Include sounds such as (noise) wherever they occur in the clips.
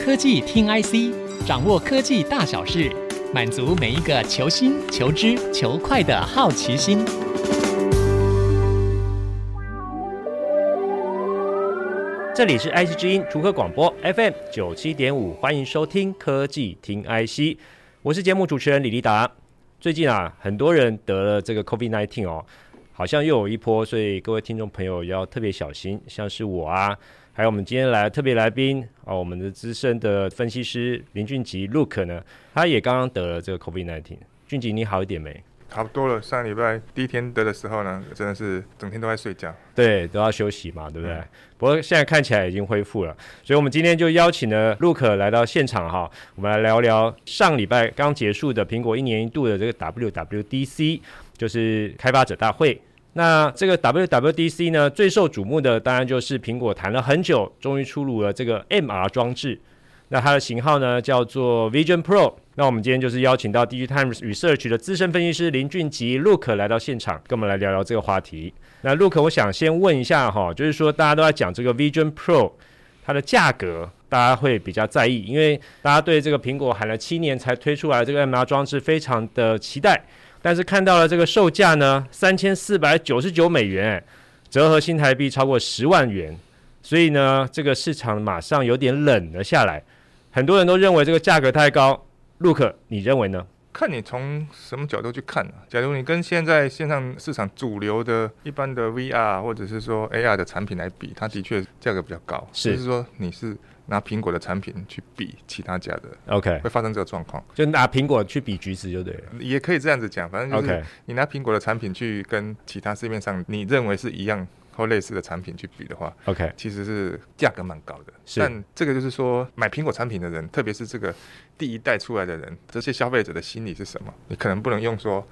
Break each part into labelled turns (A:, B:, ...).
A: 科技听 IC，掌握科技大小事，满足每一个求新、求知、求快的好奇心。
B: 这里是 IC 之音逐客广播 FM 九七点五，欢迎收听科技听 IC，我是节目主持人李立达。最近啊，很多人得了这个 COVID-19 哦，好像又有一波，所以各位听众朋友要特别小心。像是我啊，还有我们今天来的特别来宾哦，我们的资深的分析师林俊杰 Look 呢，他也刚刚得了这个 COVID-19。俊杰，你好一点没？
C: 差不多了。上礼拜第一天得的时候呢，真的是整天都在睡觉。
B: 对，都要休息嘛，对不对？
C: 嗯
B: 不过现在看起来已经恢复了，所以我们今天就邀请了 Look 来到现场哈，我们来聊聊上礼拜刚结束的苹果一年一度的这个 WWDC，就是开发者大会。那这个 WWDC 呢，最受瞩目的当然就是苹果谈了很久，终于出炉了这个 MR 装置。那它的型号呢叫做 Vision Pro。那我们今天就是邀请到 DigiTimes Research 的资深分析师林俊杰 Look 来到现场，跟我们来聊聊这个话题。那 Look，我想先问一下哈，就是说大家都在讲这个 Vision Pro，它的价格大家会比较在意，因为大家对这个苹果喊了七年才推出来这个 MR 装置非常的期待，但是看到了这个售价呢，三千四百九十九美元，哎折合新台币超过十万元，所以呢，这个市场马上有点冷了下来，很多人都认为这个价格太高。Look，你认为呢？
C: 看你从什么角度去看啊？假如你跟现在线上市场主流的一般的 VR 或者是说 AR 的产品来比，它的确价格比较高。
B: 是
C: 就是说你是拿苹果的产品去比其他家的，
B: ？OK，
C: 会发生这个状况。
B: 就拿苹果去比橘子就对了。
C: 也可以这样子讲，反正就是
B: OK，
C: 你拿苹果的产品去跟其他市面上你认为是一样或类似的产品去比的话，
B: OK，
C: 其实是价格蛮高的。
B: 是
C: 但这个就是说，买苹果产品的人，特别是这个第一代出来的人，这些消费者的心理是什么？你可能不能用说，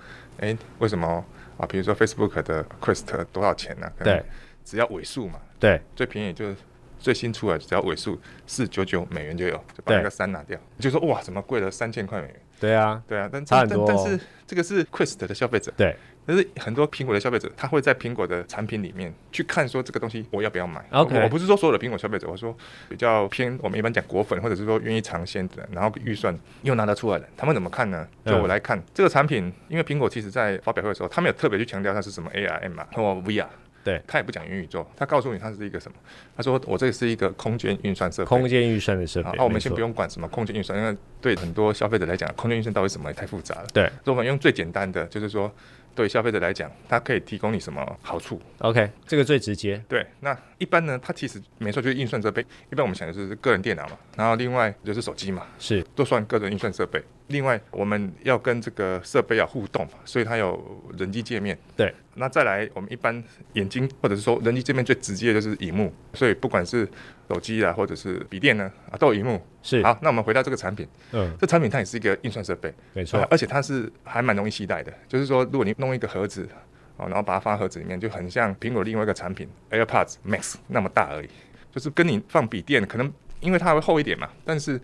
C: 哎，为什么啊？比如说 Facebook 的 Quest 多少钱呢、啊？可能
B: 对，
C: 只要尾数嘛，
B: 对，
C: 最便宜就是。最新出来只要尾数四九九美元就有，就把那
B: 对
C: 个三拿掉，你就说哇，怎么贵了三千块美元？
B: 对啊，
C: 对啊，但
B: 差很
C: 但
B: 多
C: 但
B: 哦
C: 是这个是 Quest 的消费者，
B: 对。
C: 但是很多苹果的消费者，他会在苹果的产品里面去看说这个东西我要不要买。
B: OK
C: 我我不是说所有的苹果消费者，我说比较偏我们一般讲果粉，或者是说愿意尝鲜的，然后预算又拿得出来的，他们怎么看呢？就
B: 嗯
C: 我来看、这个产品，因为苹果其实在发表会的时候，他没有特别去强调它是什么 AR、MR 或 VR。
B: 哦对
C: 他也不讲元宇宙，他告诉你它是一个什么？他说我这个是一个空间运算设备，
B: 空间预算的设备
C: 好，。那我们
B: 没
C: 先
B: 错
C: 不用管什么空间运算，因为对很多消费者来讲，空间运算到底是什么也太复杂了。
B: 对
C: 所以我们用最简单的，就是说对消费者来讲，它可以提供你什么好处？
B: ，OK，这个最直接。
C: 对，那一般呢，它其实没错，就是运算设备。一般我们想的就是个人电脑嘛，然后另外就是手机嘛，
B: 是
C: 都算个人运算设备。另外，我们要跟这个设备要互动嘛，所以它有人机界面。
B: 对，
C: 那再来，我们一般眼睛或者是说人机界面最直接的就是荧幕，所以不管是手机啊，或者是笔电呢，啊，都有荧幕。
B: 是，
C: 好，那我们回到这个产品，
B: 嗯，
C: 这产品它也是一个运算设备，
B: 没错
C: 呃，而且它是还蛮容易携带的。就是说，如果你弄一个盒子，哦，然后把它放在盒子里面，就很像苹果另外一个产品 AirPods Max 那么大而已，就是跟你放笔电可能因为它会厚一点嘛，但是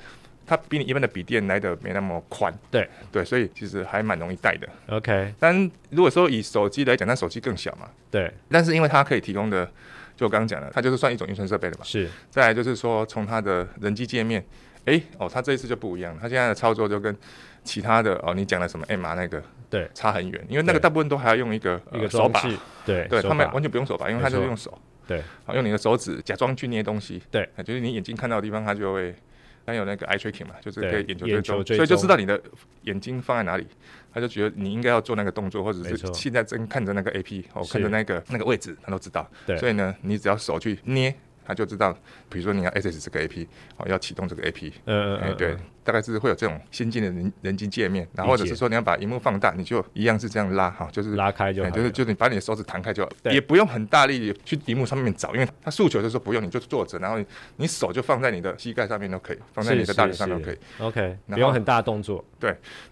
C: 它比你一般的笔电来的没那么宽，
B: 对
C: 对，所以其实还蛮容易带的。
B: ，OK，
C: 但如果说以手机来讲，那手机更小嘛，
B: 对，
C: 但是因为它可以提供的，就我刚刚讲的，它就是算一种运算设备了嘛。
B: 是
C: 再来就是说，从它的人机界面，诶，哦，它这一次就不一样了，它现在的操作就跟其他的哦，你讲的什么 M R 那个
B: 对
C: 差很远，因为那
B: 对
C: 个大部分都还要用一个、呃
B: 一个
C: 手
B: 装
C: 把，
B: 置，对，
C: 对
B: 哎手
C: 他们
B: 把
C: 完全不用手把，因
B: 没
C: 为它就是
B: 错
C: 用手，
B: 对
C: 啊，用你的手指假装去捏东西，
B: 对
C: 啊，就是你眼睛看到的地方，它就会。它有那个 eye tracking 嘛，就是
B: 对
C: 可以眼球
B: 眼
C: 追
B: 球
C: 踪，
B: 追
C: 所以就
B: 踪
C: 知道你的眼睛放在哪里，他就觉得你应该要做那个动作，或者
B: 没
C: 是
B: 错
C: 现在正看着那个 A P，哦，
B: 是
C: 看着那个那个位置，他都知道。
B: 对
C: 所以呢，你只要手去捏，他就知道，比如说你要 access 这个 A P，哦，要启动这个 A P，
B: 嗯嗯
C: 哎，
B: 嗯，
C: 对
B: 嗯，，
C: 大概是会有这种先进的人人机界面，然后或者
B: 理解
C: 是说你要把荧幕放大，你就一样是这样拉哈，就是
B: 拉开就好
C: 哎就是
B: 了
C: 就是你把你的手指弹开就好，
B: 对
C: 也不用很大力去荧幕上面找，因为它诉求就是说不用你就坐着，然后你你手就放在你的膝盖上面都可以，放在
B: 是
C: 你的大腿
B: 是
C: 上都
B: 是
C: 可以。
B: ，OK，
C: 后
B: 不用很大动作，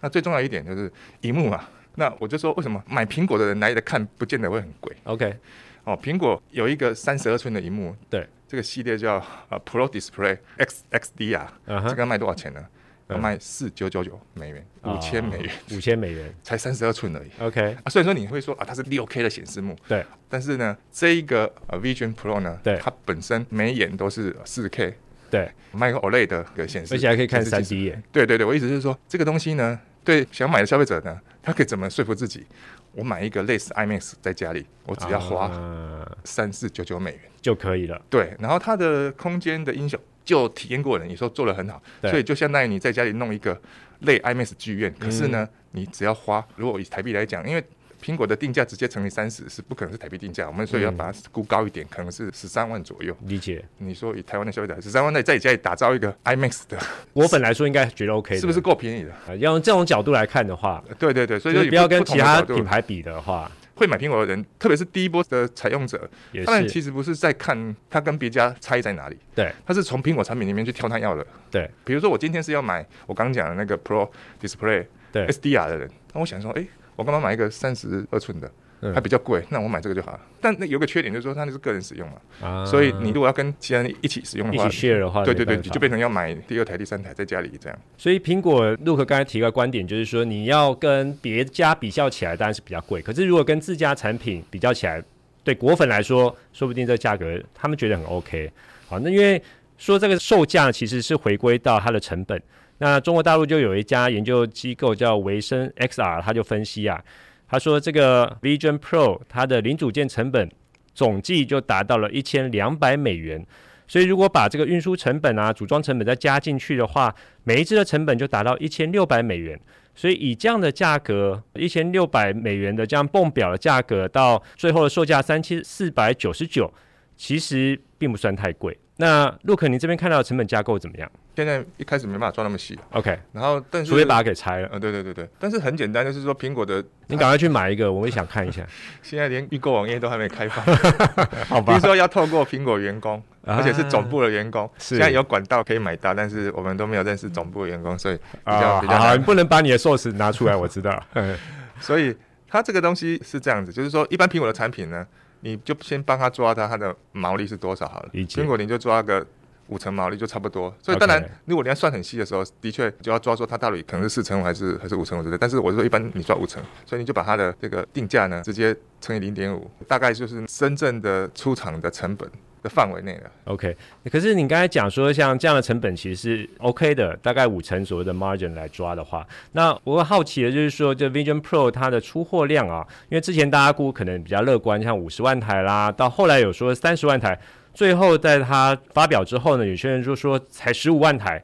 C: 那最重要一点就是荧幕嘛，那我就说为什么买苹果的人来的看不见得会很贵
B: OK，
C: 哦？苹果有一个三十二寸的荧幕，
B: 对，
C: 这个系列叫呃 Pro Display X XDR，、
B: 嗯
C: 这
B: 哼，
C: 个要卖多少钱呢？要
B: 嗯啊
C: 卖四九九九美元，五千美元。
B: 五千美元
C: 才三十二寸而已。 (laughs)
B: ，OK，
C: 啊，虽然说你会说啊，它是六 K 的显示幕，
B: 对，
C: 但是呢，这一个呃 Vision Pro 呢，
B: 对
C: 它本身每眼都是四 K，
B: 对
C: ，Micro OLED 的一个显示，
B: 而且还可以看
C: 显
B: 三
C: 示技术
B: D 耶，
C: 对对对，我意思是说，这个东西呢，对想买的消费者呢，他可以怎么说服自己？我买一个类似 IMAX 在家里，我只要花
B: 啊
C: 三四九九美元。
B: 就可以了。
C: 对，然后它的空间的音效就体验过了，你说做的很好，
B: 对嗯
C: 所以就相当于你在家里弄一个类 IMAX 剧院，可是呢，你只要花，如果以台币来讲，因为苹果的定价直接乘以三十是不可能是台币定价，我们所以要
B: 嗯
C: 把它估高一点，可能是十三万左右。
B: 理解，
C: 你说以台湾的消费者，十三万在在你家里打造一个 IMAX 的，
B: 我本来说应该觉得 OK 的，
C: 是不是够便宜的？
B: 啊？要用这种角度来看的话，
C: 对对对，所以
B: 就
C: 就是
B: 不要跟
C: 同
B: 其
C: 的
B: 他
C: 角度
B: 品牌比的话，
C: 会买苹果的人，特别是第一波的采用者，
B: 也
C: 他们
B: 是
C: 其实不是在看它跟别家差异在哪里，
B: 对
C: 他是从苹果产品里面去挑他要的。
B: 对
C: 比如说我今天是要买我刚讲的那个 Pro Display
B: 对
C: SDR 的人，那我想说，诶，我干嘛买一个三十二寸的
B: 嗯？
C: 还比较贵，那我买这个就好了。但那有个缺点就是说，它那是个人使用嘛，
B: 啊
C: 所以你如果要跟其他人一起使用
B: 一
C: 的
B: 起
C: 话，
B: share 啊的话，
C: 对对
B: 没
C: 对，
B: 办法
C: 就变成要买第二台、第三台在家里这样。
B: 所以苹果 Look 刚才提个观点，就是说你要跟别家比较起来，当然是比较贵。可是如果跟自家产品比较起来，对果粉来说，说不定这价格他们觉得很 OK。好，那因为说这个售价其实是回归到它的成本。那中国大陆就有一家研究机构叫维生 XR，他就分析啊，他说这个 Vision Pro 它的零组件成本总计就达到了一千两百美元。所以如果把这个运输成本啊、组装成本再加进去的话，每一只的成本就达到一千六百美元。所以以这样的价格，一千六百美元的这样泵表的价格，到最后的售价三千四百九十九，其实并不算太贵。那陆可，你这边看到的成本架构怎么样
C: 现在一开始没办法抓那么细，啊
B: ？OK，
C: 然后但是
B: 除非把它给拆了，
C: 呃，对对对对，但是很简单，就是说苹果的
B: 你赶快去买一个，我也想看一下，
C: 现在连预购网页都还没开放，
B: (laughs) 好
C: 比
B: 吧
C: 如？说要透过苹果员工，
B: 啊
C: 而且是总部的员工，
B: 是
C: 现在有管道可以买到，但是我们都没有认识总部的员工，所以比较、
B: 啊，
C: 比
B: 好
C: 较
B: 好，你
C: 难。
B: 不能把你的寿司拿出来，我知道。嗯
C: 所以它这个东西是这样子，就是说一般苹果的产品呢，你就先帮他抓它它的毛利是多少好了。
B: 理解
C: 苹果你就抓个。五成毛利就差不多，所以当然
B: OK
C: 如果你要算很细的时候，的确就要抓说它到底可能是四成五还是还是五成五之类。但是我是说，一般你抓五成，所以你就把它的这个定价呢直接乘以零点五，大概就是真正的出厂的成本的范围内了。
B: OK，可是你刚才讲说，像这样的成本其实是 OK 的，大概五成左右的 margin 来抓的话，那我好奇的就是说，这 Vision Pro 它的出货量啊，因为之前大家估可能比较乐观，像五十万台啦，到后来有说三十万台，最后在它发表之后呢，有些人就说才十五万台。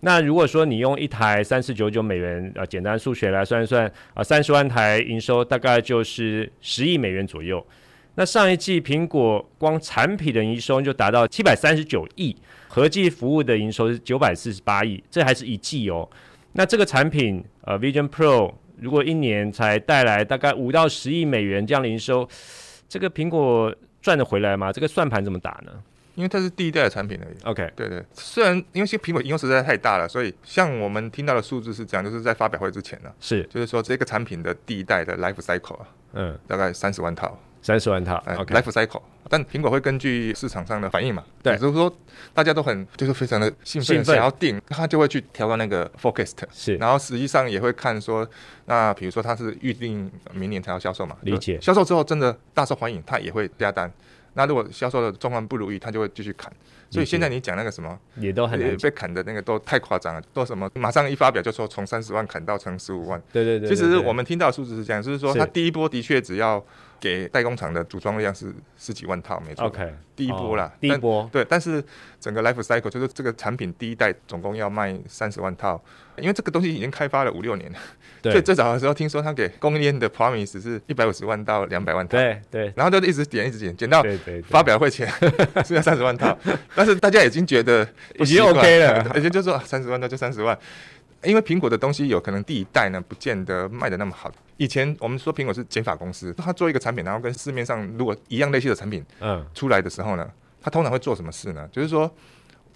B: 那如果说你用一台三四九九美元，呃，简单数学来算一算，啊、3三十万台营收大概就是十亿美元左右。那上一季苹果光产品的营收就达到七百三十九亿，合计服务的营收是九百四十八亿，这还是一季哦。那这个产品呃 Vision Pro 如果一年才带来大概五到十亿美元这样的营收，这个苹果赚得回来吗？这个算盘怎么打呢
C: 因为它是第一代的产品而已。
B: ？OK，
C: 对对，虽然因为现在苹果应用实在太大了，所以像我们听到的数字是这样，就是在发表会之前呢、
B: 是
C: 就是说这个产品的第一代的 life cycle 啊，
B: 嗯，
C: 大概三十万套，
B: 三十万套
C: 哎、
B: ，OK，
C: life cycle。但苹果会根据市场上的反应嘛，
B: 对
C: 也就是说大家都很就是非常的兴奋，
B: 兴奋
C: 想要定，他就会去调到那个 forecast，
B: 是
C: 然后实际上也会看说，那比如说它是预定明年才要销售嘛，
B: 理解
C: 就销售之后真的大受欢迎，它也会加单。那如果销售的状况不如意，它就会继续砍。所
B: 理
C: 以
B: 解
C: 现在你讲那个什么
B: 也都很
C: 也
B: 难讲，
C: 被砍的那个都太夸张了，都什么马上一发表就说从三十万砍到成十五万。
B: 对对对对
C: 其实
B: 对
C: 我们听到的数字是这样，就是说
B: 是
C: 它第一波的确只要给代工厂的组装量是十几万套，没错。
B: OK
C: 第一波啦
B: 哦第一
C: 但
B: 波
C: 对，但是整个 life cycle 就是这个产品第一代总共要卖三十万套，因为这个东西已经开发了五六年了，
B: 对
C: 所以最早的时候听说他给供应链的 promise 是一百五十万到两百万套，
B: 对对
C: 然后就一直减一直减，减到
B: 对对，
C: 发
B: 对
C: 表会前
B: (laughs)
C: 是要三十万套，但是大家已经觉得不习惯
B: 已经 OK
C: (laughs)
B: 了
C: 也就是说啊三十万套就三十万。因为苹果的东西有可能第一代呢，不见得卖的那么好。以前我们说苹果是减法公司，它做一个产品，然后跟市面上如果一样类似的产品
B: 嗯
C: 出来的时候呢，它通常会做什么事呢？就是说，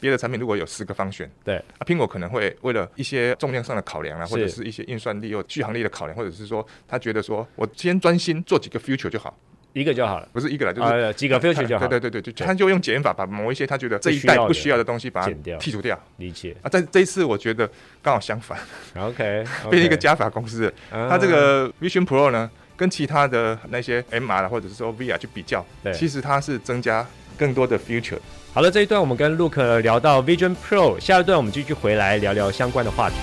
C: 别的产品如果有十个方选，
B: 对
C: 啊，苹果可能会为了一些重量上的考量啊，
B: 是
C: 或者是一些运算力或续航力的考量，或者是说他觉得说我先专心做几个 future 就好，
B: 一个就好了，
C: 不是一个了，就是
B: 啊，几个 future 就好，
C: 对对对对，就他就用减法把某一些他觉得这一代不需要的东西把它
B: 剪掉
C: 剔除掉
B: 理解
C: 啊。但这一次我觉得刚好相反，
B: ，OK，
C: 变成一个加法公司了。
B: 嗯，
C: 它这个 Vision Pro 呢，跟其他的那些 MR 啦或者是说 VR 去比较
B: 对，
C: 其实它是增加更多的 future，
B: 好了，这一段我们跟 Look 聊到 Vision Pro，下一段我们继续回来聊聊相关的话题。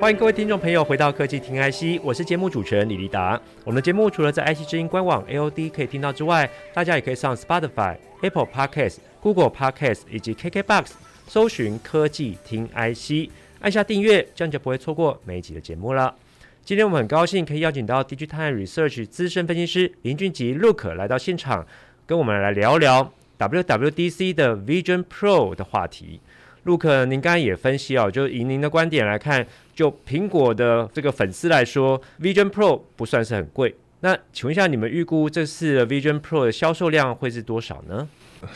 B: 欢迎各位听众朋友回到科技听 IC，我是节目主持人李立达。我们的节目除了在 IC 之音官网 AOD 可以听到之外，大家也可以上 Spotify、Apple Podcast、Google Podcast 以及 KKBox 搜寻科技听 IC，按下订阅，这样就不会错过每一集的节目了。今天我们很高兴可以邀请到 Digitime Research 资深分析师林俊杰 Look 来到现场，跟我们来聊聊 WWDC 的 Vision Pro 的话题。陆克，您刚才也分析哦，就以您的观点来看，就苹果的这个粉丝来说，Vision Pro 不算是很贵。那请问一下，你们预估这次的 Vision Pro 的销售量会是多少呢？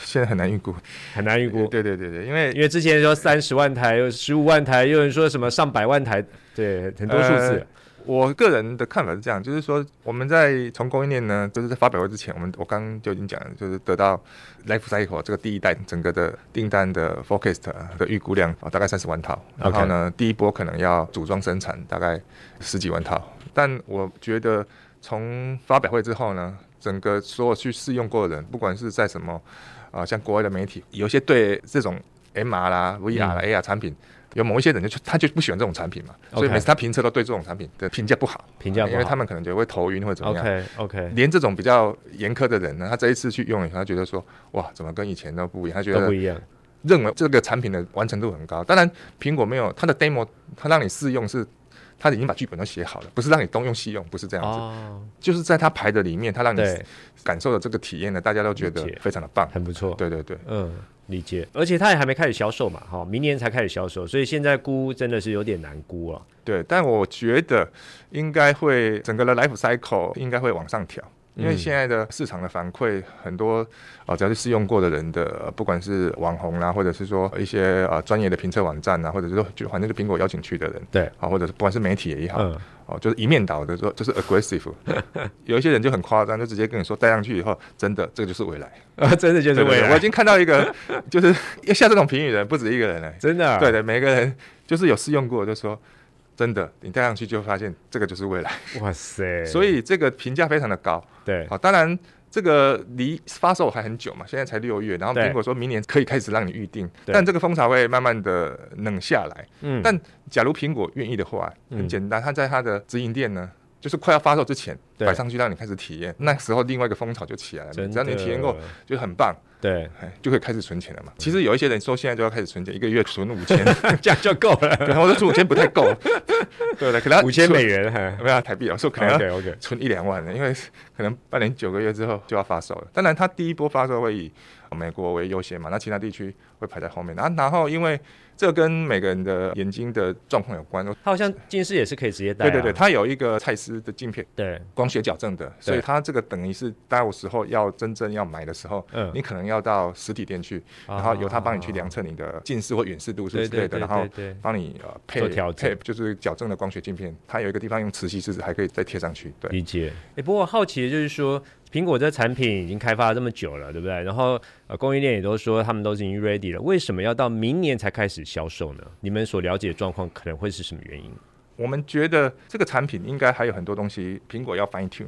C: 现在很难预估，
B: 很难预估，
C: 呃对对对对，因为
B: 因为之前说三十万台，有十五万台，又有人说什么上百万台，对，很多数字。
C: 呃我个人的看法是这样，就是说我们在从供应链呢，就是在发表会之前，我们我刚刚就已经讲了，就是得到 Life Cycle 这个第一代整个的订单的 forecast 啊的预估量啊、大概三十万套，然后呢第一波可能要组装生产大概十几万套，但我觉得从发表会之后呢，整个所有去试用过的人，不管是在什么啊、像国外的媒体，有些对这种 MR 啦、VR 啦、AR 产品。有某一些人就他就不喜欢这种产品嘛
B: 嗯 OK
C: 所以每次他评测都对这种产品的评价不好，
B: 评价不好
C: 因为他们可能觉得会头晕或者怎么样。
B: OK OK，
C: 连这种比较严苛的人呢，他这一次去用以后，他觉得说，哇，怎么跟以前都不一样？他觉
B: 都不
C: 得
B: 一样。
C: 认为这个产品的完成度很高。当然，苹果没有它的 demo，它让你试用是。他已经把剧本都写好了，不是让你东用西用，不是这样子，
B: 哦，
C: 就是在他排的里面，他让你
B: 对，
C: 感受的这个体验呢，大家都觉得
B: 理解
C: 非常的棒。
B: 很不错。
C: 对对对，
B: 嗯，理解。而且它也还没开始销售嘛，哈、明年才开始销售，所以现在估真的是有点难估了。
C: 对，但我觉得应该会整个的 life cycle 应该会往上调，因为
B: 嗯
C: 现在的市场的反馈很多啊、呃只要是试用过的人的，呃不管是网红啊啦，或者是说一些呃专业的评测网站啊，或者是说就反正是苹果邀请去的人，
B: 对，
C: 啊，或者是不管是媒体也好，
B: 嗯，
C: 哦，就是一面倒的说，就是
B: (laughs)
C: aggressive，有一些人就很夸张，就直接跟你说戴上去以后，真的这个就是未来，
B: 啊， (laughs) 真的就是
C: 对对
B: 未
C: 对
B: 来，
C: 我已经看到一
B: (laughs)
C: 个，就是要下这种评语的人不止一个人了。
B: 真的、啊、
C: 对的，每个人就是有试用过，就说真的，你戴上去就发现这个就是未来，
B: 哇塞！
C: 所以这个评价非常的高。哦
B: 对，
C: 好，当然这个离发售还很久嘛，现在才六月，然后
B: 对
C: 苹果说明年可以开始让你预定，
B: 对
C: 但这个风潮会慢慢的冷下来。
B: 嗯
C: 但假如苹果愿意的话，很
B: 嗯
C: 简单，它在它的直营店呢。就是快要发售之前
B: 对
C: 摆上去，让你开始体验，那时候另外一个风潮就起来了。
B: 真
C: 只要你
B: 的
C: 体验过，就很棒， (laughs)
B: 对，
C: 哎，就可以开始存钱了嘛。其实有一些人说现在就要开始存钱，一个月存五千， (laughs)
B: 这样就够了，
C: 可能我的存五千不太够， (laughs) 对的，可能
B: (laughs)
C: 要
B: 五千美
C: 存， (laughs)
B: 元哎哦哈。
C: 没有台币啊，我说可能要
B: OK OK，
C: 存一两万的，因为可能半年九个月之后就要发售了。当然，它第一波发售会以美国为优先嘛，那其他地区会排在后面。然后，然后因为这跟每个人的眼睛的状况有关，
B: 它好像近视也是可以直接戴、
C: 对
B: 啊，
C: 对对，它有一个蔡司的镜片，
B: 对，
C: 光学矫正的，所以它这个等于是到时候要真正要买的时候。
B: 嗯
C: 你可能要到实体店去，
B: 啊
C: 然后由它帮你去量测你的近视或远视度数
B: 哦对
C: 之类
B: 对对
C: 的，
B: 对
C: 然后
B: 对
C: 帮你呃配
B: 做调整
C: 配就是矫正的光学镜片，它有一个地方用磁吸试纸还可以再贴上去。对，
B: 理解。哎、不过好奇的就是说，苹果这产品已经开发了这么久了，对不对？然后呃，供应链也都说他们都已经 ready 了，为什么要到明年才开始销售呢？你们所了解的状况可能会是什么原因
C: 我们觉得这个产品应该还有很多东西，苹果要 fine tune，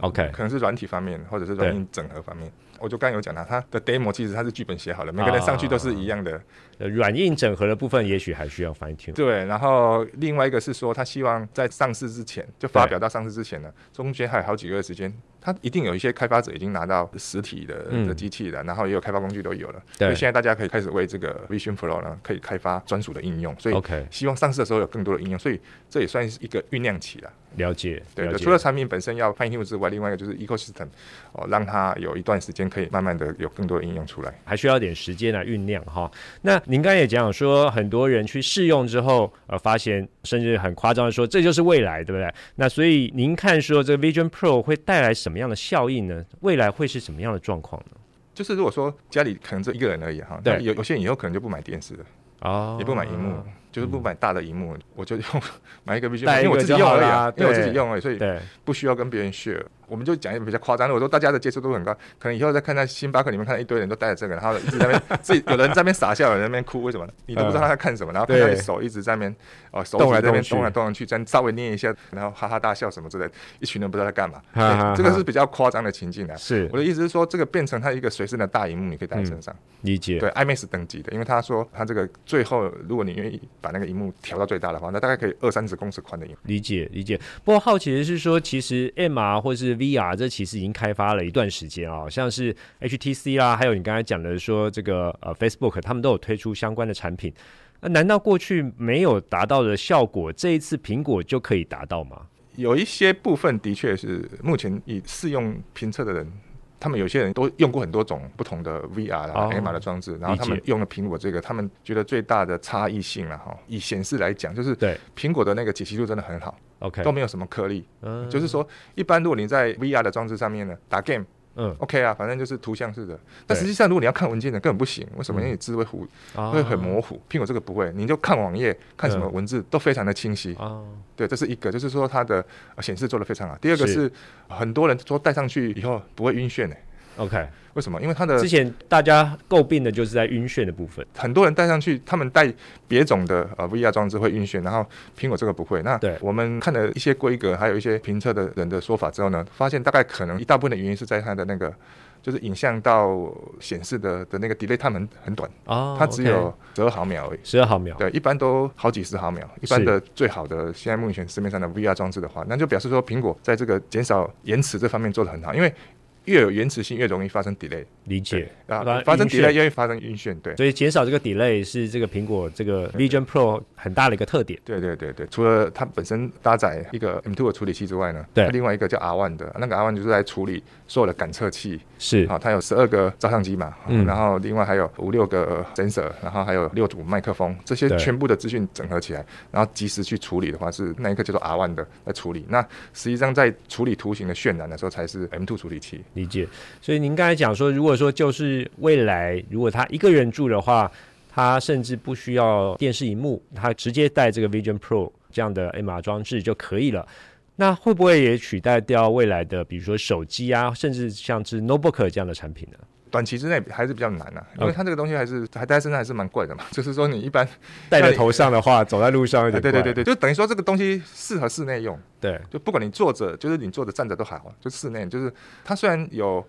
B: ？OK，
C: 可能是软体方面或者是软硬整合方面。我就刚有讲了，它的 demo 其实它是剧本写好了，每个
B: 啊
C: 人上去都是一样的。
B: 呃软硬整合的部分也许还需要 fine tune。
C: 对，然后另外一个是说，他希望在上市之前就发表到上市之前呢，中间还有好几个月时间，他一定有一些开发者已经拿到实体的
B: 嗯
C: 的机器了，然后也有开发工具都有了，
B: 对
C: 所以现在大家可以开始为这个 Vision Pro 呢可以开发专属的应用，所以
B: OK，
C: 希望上市的时候有更多的应用，所以这也算是一个酝酿期了。
B: 了解，
C: 对
B: 了
C: 对，
B: 解。
C: 除了产品本身要 fine tune 之外，另外一个就是 ecosystem 哦，让它有一段时间可以慢慢的有更多的应用出来。
B: 还需要点时间来酝酿哈。那您刚才也讲说，很多人去试用之后，呃，发现甚至很夸张的说，这就是未来，对不对？那所以您看说，这个 Vision Pro 会带来什么样的效应呢？未来会是什么样的状况呢？
C: 就是如果说家里可能只有一个人而已哈，那
B: 对
C: 有有些人以后可能就不买电视了。
B: 哦嗯
C: 也不买荧幕，就是不买大的荧幕，我就用 (laughs) 买一个 Vision，
B: 带
C: Pro，
B: 一
C: 因为我
B: 个
C: 自己
B: 就
C: 用
B: 好
C: 而已
B: 了
C: 啊
B: 啊，
C: 因为我
B: 对
C: 自己用而已，所以
B: 对，
C: 不需要跟别人 share。我们就讲一个比较夸张的，我说大家的接受度很高，可能以后再看到星巴克里面看到一堆人都带着这个，然后一直在那边自己有人在那边傻笑，有人在那边哭，为什么呢？你都不知道他在看什么，然后看到你
B: 对
C: 手一直在那边哦，手
B: 动
C: 指
B: 来
C: 在那
B: 动
C: 边
B: 去
C: 动来动去，这样稍微捏一下，然后哈哈大笑什么之类的，一群人不知道在干嘛。
B: 哈哈哈
C: 对这个是比较夸张的情境啊。
B: 是
C: 我的意思是说，这个变成它一个随身的大荧幕，你可以带在身上。
B: 理解，
C: 对，IMAX 等级的，因为他说他这个最后，如果你愿意把那个荧幕调到最大的话，那大概可以二三十公尺宽的荧幕。
B: 理解理解。不过好奇的是说，其实 MR 或是 VR 这其实已经开发了一段时间啊、像是 HTC 啦，还有你刚才讲的说这个呃 Facebook，他们都有推出相关的产品。那、难道过去没有达到的效果，这一次苹果就可以达到吗？
C: 有一些部分的确是目前以试用评测的人，他们有些人都用过很多种不同的 VR 啊、
B: 哦
C: MR 的装置，然后他们
B: 理解
C: 用了苹果这个，他们觉得最大的差异性啊，哈，以显示来讲，就是
B: 对
C: 苹果的那个解析度真的很好，
B: ，OK，
C: 都没有什么颗粒。
B: 嗯
C: 就是说，一般如果你在 VR 的装置上面呢打 game。
B: 嗯
C: OK 啊，反正就是图像式的。
B: 对
C: 但实际上，如果你要看文件的，根本不行。为什
B: 嗯
C: 么？因为你字会糊，
B: 啊
C: 会很模糊。苹果这个不会，你就看网页，看什么
B: 嗯
C: 文字都非常的清晰。
B: 啊，
C: 对，这是一个，就是说它的呃显示做得非常好。第二个
B: 是
C: 是很多人说戴上去以后不会晕眩诶，
B: OK，
C: 为什么？因为它的
B: 之前大家诟病的就是在晕眩的部分，
C: 很多人戴上去，他们戴别种的呃 VR 装置会晕眩，然后苹果这个不会。那
B: 对
C: 我们看了一些规格，还有一些评测的人的说法之后呢，发现大概可能一大部分的原因是在它的那个就是影像到显示的的那个 delay time 很很短，
B: 哦，
C: 它只有十二毫秒而已。
B: 十二毫秒，
C: 对，一般都好几十毫秒。一般的最好的，现在目前市面上的 VR 装置的话，那就表示说苹果在这个减少延迟这方面做得很好，因为越有延迟性越容易发生 delay
B: 理解。
C: 啊
B: 那，
C: 发生
B: 晕眩
C: delay 越容易发生晕眩，对。
B: 所以减少这个 delay 是这个苹果这个 Vision Pro 很大的一个特点。
C: 对对对对，除了它本身搭载一个 M2 的处理器之外呢，
B: 对
C: 它另外一个叫 R1 的，那个 R1 就是来处理所有的感测器，
B: 是
C: 哦好，它有十二个照相机嘛，哦
B: 嗯
C: 然后另外还有五六个 sensor，然后还有六组麦克风，这些
B: 对
C: 全部的资讯整合起来，然后及时去处理的话，是那一个叫做 R one 的来处理。那实际上在处理图形的渲染的时候，才是 M two 处理器。
B: 理解。所以您刚才讲说，如果说就是未来，如果他一个人住的话，他甚至不需要电视荧幕，他直接带这个 Vision Pro 这样的 MR 装置就可以了。那会不会也取代掉未来的，比如说手机啊，甚至像是 notebook 这样的产品呢？
C: 短期之内还是比较难啊，因为
B: OK
C: 它这个东西还是还戴在身上还是蛮贵的嘛。 (laughs) 就是说你一般，
B: 戴在头上的话，走在路上有
C: 对
B: 点
C: 对
B: 怪
C: 对对对，就等于说这个东西适合室内用，
B: 对，
C: 就不管你坐着，就是你坐着站着都好，就室内就是它虽然有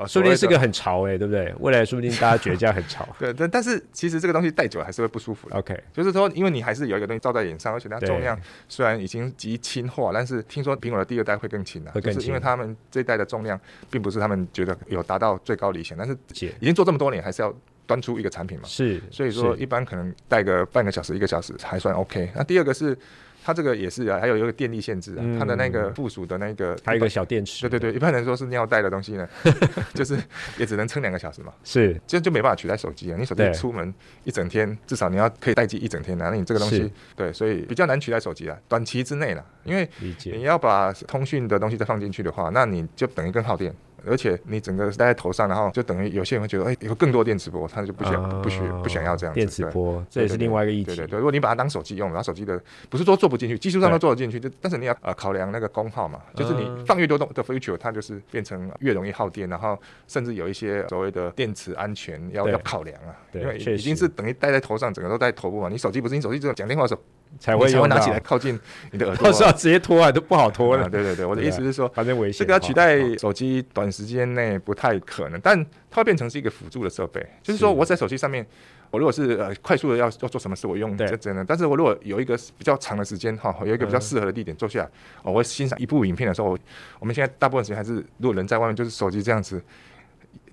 C: 呃，
B: 说不定是
C: 所谓
B: 个
C: 的。。
B: 很潮哎、对不对？未来说不定大家觉得这样很潮
C: 对，但但是其实这个东西戴久了还是会不舒服的。
B: OK，
C: 就是说，因为你还是有一个东西罩在眼上，而且它
B: 对
C: 重量虽然已经极轻化，但是听说苹果的第二代会更轻啊，
B: 会更轻
C: 就是因为他们这一代的重量并不是他们觉得有达到最高理想，但是
B: (laughs) 解
C: 已经做这么多年，还是要端出一个产品嘛。
B: 是，
C: 所以说，
B: 是
C: 一般可能戴个半个小时、一个小时还算 OK。那第二个是，它这个也是啊，还有一个电力限制啊，
B: 嗯
C: 它的那个附属的那个，
B: 还有一个小电池，
C: 对对对，一般人说是尿袋的东西呢， (laughs) 就是也只能撑两个小时嘛。
B: 是
C: 这样就没办法取代手机了。你手
B: 对
C: 机出门一整天，至少你要可以待机一整天啊。那你这个东
B: 是
C: 西，对，所以比较难取代手机啊。短期之内啦，因为
B: 理解
C: 你要把通讯的东西再放进去的话，那你就等于更耗电，而且你整个戴在头上，然后就等于有些人会觉得，哎、有更多电磁波，他就不想、
B: 啊
C: 不需不想要这样子。
B: 电磁
C: 对
B: 波，这也是另外一个议
C: 对
B: 题
C: 对。对，如果你把它当手机用，然后手机的不是说做不进去，技术上
B: 对
C: 都做得进去，就但是你要呃考量那个功耗嘛，就是
B: 嗯
C: 你放越多的 feature，它就是变成越容易耗电，然后甚至有一些所谓的电池安全要
B: 对
C: 要考量啊，
B: 对
C: 因为
B: 确
C: 已经
B: 实
C: 是等于戴在头上，整个都戴头部嘛，你手机不是你手机只有讲电话的时候
B: 才
C: 你
B: 会 (laughs)
C: 才会
B: 用
C: 拿
B: 到
C: 起来，靠近你的耳朵
B: 到时
C: 嘛，
B: 候直接拖啊都不好 (laughs) 拖
C: 啊
B: 了。
C: 对对对，我的
B: 对
C: 意
B: 啊
C: 思是说。
B: 反正危险哦
C: 这
B: 的话，
C: 个要取代手机，短时间内不太可能，但它会变成是一个辅助的设备。就是说，
B: 是
C: 我在手机上面，我如果是呃快速的要要做什么事，我用
B: 对
C: 这真的。但是我如果有一个比较长的时间哈，有一个比较
B: 嗯
C: 适合的地点坐下来，哦，我欣赏一部影片的时候，我我们现在大部分时间还是如果人在外面，就是手机这样子。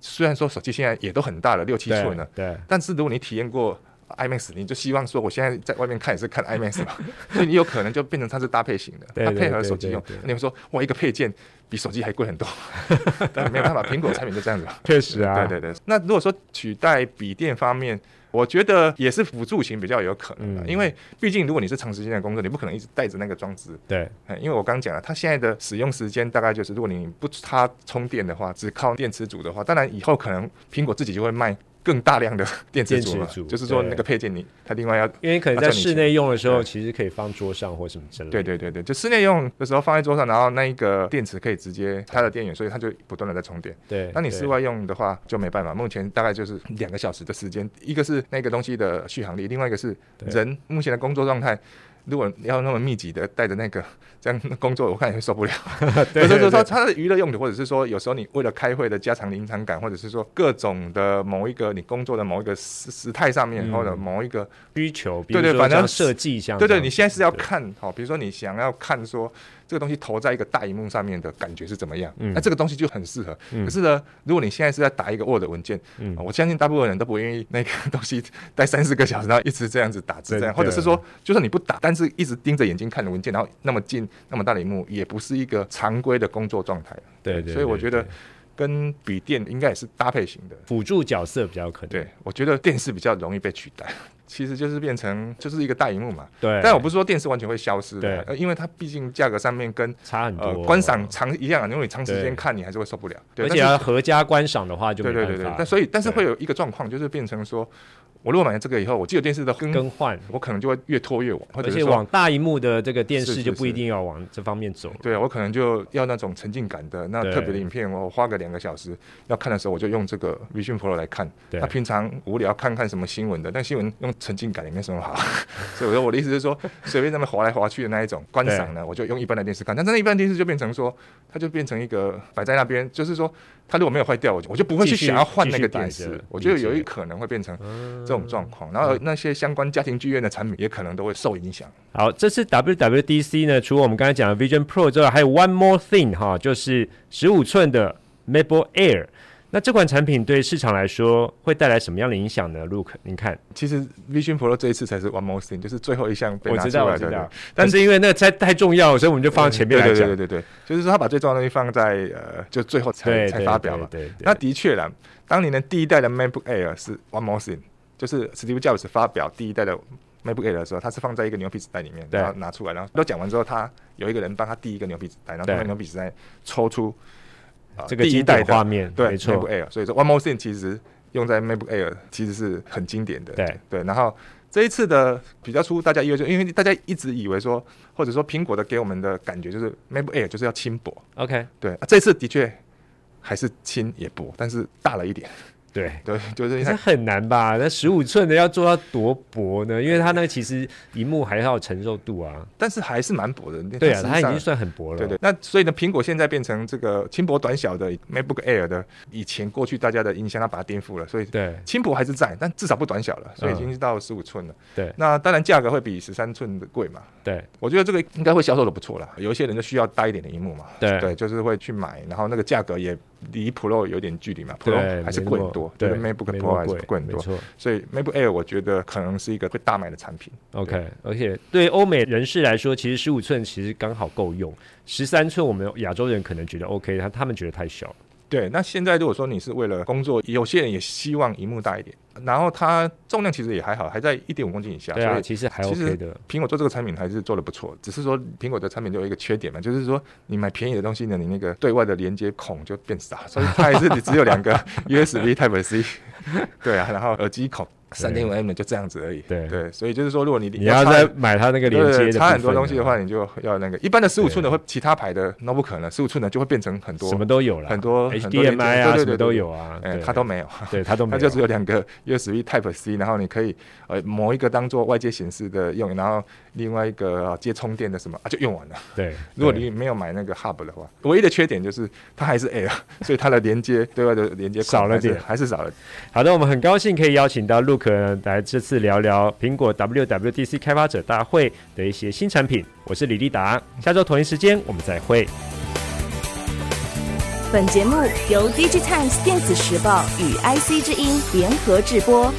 C: 虽然说手机现在也都很大了，六七
B: 对
C: 寸了，
B: 对，
C: 但是如果你体验过 IMAX，你就希望说我现在在外面看也是看 IMAX 嘛， (laughs) 所以你有可能就变成它是搭配型的，
B: 对
C: 它
B: 对
C: 配合
B: 对
C: 手机用
B: 对对。
C: 你会说哇，一个配件比手机还贵很多， (laughs) 但没有办法，苹果产品就
B: (laughs)
C: 这样子吧。
B: 确实啊，
C: 对对对，那如果说取代笔电方面，我觉得也是辅助型比较有可能的，
B: 嗯
C: 因为毕竟如果你是长时间的工作，你不可能一直带着那个装置，
B: 对
C: 哎因为我刚讲了，它现在的使用时间大概就是，如果你不插充电的话，只靠电池组的话，当然以后可能苹果自己就会卖更大量的 (laughs) 电池
B: 电
C: 组
B: 池
C: 嘛，
B: 组
C: 就是说那个
B: 对嗯
C: 配件你它另外要
B: 因为可能在室内用的时
C: 啊叫
B: 候，
C: 你
B: 其实可以放桌上或什么之类的。
C: 对对对对，就室内用的时候放在桌上，然后那一个电池可以直接它的电源，所以它就不断的在充电。
B: 对，
C: 那你
B: 对
C: 室外用的话就没办法，目前大概就是 (laughs) 两个小时的时间，一个是那个东西的续航力，另外一个是
B: 对
C: 人目前的工作状态。如果要那么密集的带着那个这样工作，我看也会受不了。
B: (laughs) 对对
C: 有时候就是
B: 对
C: 说它的娱乐用途，或者是说有时候你为了开会的家常临场感，或者是说各种的某一个你工作的某一个时时态上面，
B: 嗯
C: 或者某一个
B: 需求，比
C: 对对
B: 如说
C: 反正
B: 像设计像
C: 对
B: 啊这
C: 对，
B: 样
C: 你现在是要
B: 对
C: 看好，比如说你想要看说这个东西投在一个大荧幕上面的感觉是怎么样，
B: 嗯
C: 那这个东西就很适合。
B: 嗯
C: 可是呢，如果你现在是在打一个 Word 文件，
B: 嗯
C: 啊我相信大部分人都不愿意那个东西待三四个小时，然后一直这样子打字，
B: 真
C: 这样，
B: 的
C: 或者是说，就算你不打，但是一直盯着眼睛看文件，然后那么近那么大的荧幕，也不是一个常规的工作状态。
B: 对对对
C: 所以我觉得
B: 对
C: 跟笔电应该也是搭配型的。
B: 辅助角色比较可能。
C: 对，我觉得电视比较容易被取代，其实就是变成就是一个大荧幕嘛。
B: 对，
C: 但我不是说电视完全会消失
B: 对
C: 的，呃因为它毕竟价格上面跟
B: 差很多
C: 呃观赏长一样啊，因为你长时
B: 对
C: 间看，你还是会受不了。对，
B: 而
C: 但
B: 且
C: 是
B: 要合家观赏的话就没
C: 对对
B: 办
C: 对对
B: 法，。
C: 但所以但是
B: 对
C: 会有一个状况，就是变成说，我如果买了这个以后，我既有电视的更，
B: 更换，
C: 我可能就会越拖越晚，或者
B: 而
C: 是
B: 且
C: 说
B: 往大荧幕的这个电
C: 是
B: 视
C: 是
B: 就不一
C: 是
B: 定要往这方面走了。
C: 对我可能就要那种沉浸感的那
B: 对
C: 特别的影片，我花个两个小时要看的时候，我就用这个 Vision Pro 来看。
B: 对
C: 他平常无聊看看什么新闻的，但新闻用沉浸感也没什么好。 (laughs) 所以我说我的意思是说，随便那么划来划去的那一种观赏呢，我就用一般的电视看。但真的一般电视就变成说，它就变成一个摆在那边，就是说它如果没有坏掉，我就我就不会去
B: 继续
C: 想要换那个
B: 继续摆
C: 电
B: 着
C: 视
B: 理。
C: 我觉得
B: 解嗯
C: 有一可能会变成这种状况，然后那些相关家庭剧院的产品也可能都会受影响。
B: 好，这次 WWDC 呢，除了我们刚才讲的 Vision Pro 之外，还有 One More Thing 哈，就是十五寸的 MacBook Air。那这款产品对市场来说会带来什么样的影响呢？Look，你看，
C: 其实 Vision Pro 这一次才是 one more thing，就是最后一项被
B: 我
C: 拿
B: 知
C: 出
B: 道，
C: 来
B: 我知。
C: 的对
B: 道，但是因为那太太重要了，所以我们就放到前面来
C: 对
B: 讲
C: 对。对对对，就是说他把最重要的东西放在呃，就最后才
B: 对，
C: 才
B: 对
C: 发表嘛。
B: 对对，对
C: 那的确啦，当年的第一代的 MacBook Air 是 One More Thing，就是 Steve Jobs 发表第一代的 MacBook Air 的时候，他是放在一个牛皮纸袋里面，
B: 对
C: 然后拿出来，然后都讲完之后，他有一个人帮他递一个牛皮纸袋，然后
B: 对
C: 从那个牛皮纸袋抽出、呃
B: 这个
C: 第一
B: 经
C: 代
B: 典
C: 的
B: 画面，
C: 对
B: 没错
C: MacBook，Air，所以说 One More Thing 其实用在 MacBook Air 其实是很经典的。
B: 对
C: 对，然后这一次的比较出乎大家意外，就因为大家一直以为说，或者说苹果的给我们的感觉就是 MacBook Air 就是要轻薄，
B: ，OK，
C: 对，啊、这次的确还是轻也薄，但是大了一点。 (laughs)
B: 对。
C: 对，就是
B: 可是
C: 它
B: 很难吧？那十五寸的要做到多薄呢？因为它那个其实荧幕还要承受度啊。
C: 但是还是蛮薄的。那
B: 对啊，
C: 事实
B: 它已
C: 上
B: 经算很薄了。
C: 对对，那所以呢，苹果现在变成这个轻薄短小的 MacBook Air 的，以前过去大家的印象，它把它颠覆了，所以
B: 对
C: 轻薄还是在，但至少不短小了，所以
B: 嗯
C: 已经是到十五寸了。
B: 对
C: 那当然价格会比十三寸的贵嘛，
B: 对
C: 我觉得这个应该会销售的不错啦。有一些人就需要大一点的荧幕嘛，
B: 对
C: 对，就是会去买，然后那个价格也离 Pro 有点距离嘛
B: 对
C: ，Pro 还是贵很多，
B: 对
C: 就是 MacBook
B: 没那
C: Pro
B: 么
C: 还是贵很
B: 没
C: 多，
B: 错
C: 所以 MacBook Air 我觉得可能是一个会大卖的产品。
B: OK，而且对欧美人士来说，其实十五寸其实刚好够用，十三寸我们亚洲人可能觉得 OK，他他们觉得太小。
C: 对，那现在如果说你是为了工作，有些人也希望荧幕大一点，然后它重量其实也还好，还在一点五公斤以下，
B: 对
C: 所
B: 啊，
C: 以
B: 其实还
C: 其实
B: OK 的。
C: 苹果做这个产品还是做的不错，只是说苹果的产品就有一个缺点嘛，就是说你买便宜的东西呢，你那个对外的连接孔就变少，所以它还是只有
B: (laughs)
C: 两个 USB Type C，对啊，然后耳机孔三点五 M 就这样子而已，
B: 对
C: 对，所以就是说如果你
B: 你要
C: 插
B: 再买它那个连
C: 对
B: 接的
C: 差很
B: 部分
C: 多东西的
B: 啊
C: 话，你就要那个一般的十五
B: 对
C: 寸的会其他牌的 notebook 呢，十五寸的就会变成很多
B: 什么都有了，
C: 很多很多连接
B: HDMI 啊，
C: 对对对
B: 什么都有啊，
C: 哎
B: 对，
C: 它都没有。 (laughs)
B: 对它都没
C: 它
B: 有，
C: 就只有两个 USB Type C，然后你可以呃某一个当做外接显示的用，然后另外一个、啊接充电的什么啊就用完了。
B: 对。
C: 如果
B: 对
C: 你没有买那个 Hub 的话，唯一的缺点就是它还是 Air，所以它的连接对外的连接孔
B: 少了
C: 还是
B: 点
C: 还是少了。
B: 好的，我们很高兴可以邀请到 Look 呢来这次聊聊苹果 WWDC 开发者大会的一些新产品。我是李立达，下周同一时间我们再会。
D: 本节目由 DigiTimes 电子时报与 IC 之音联合制播，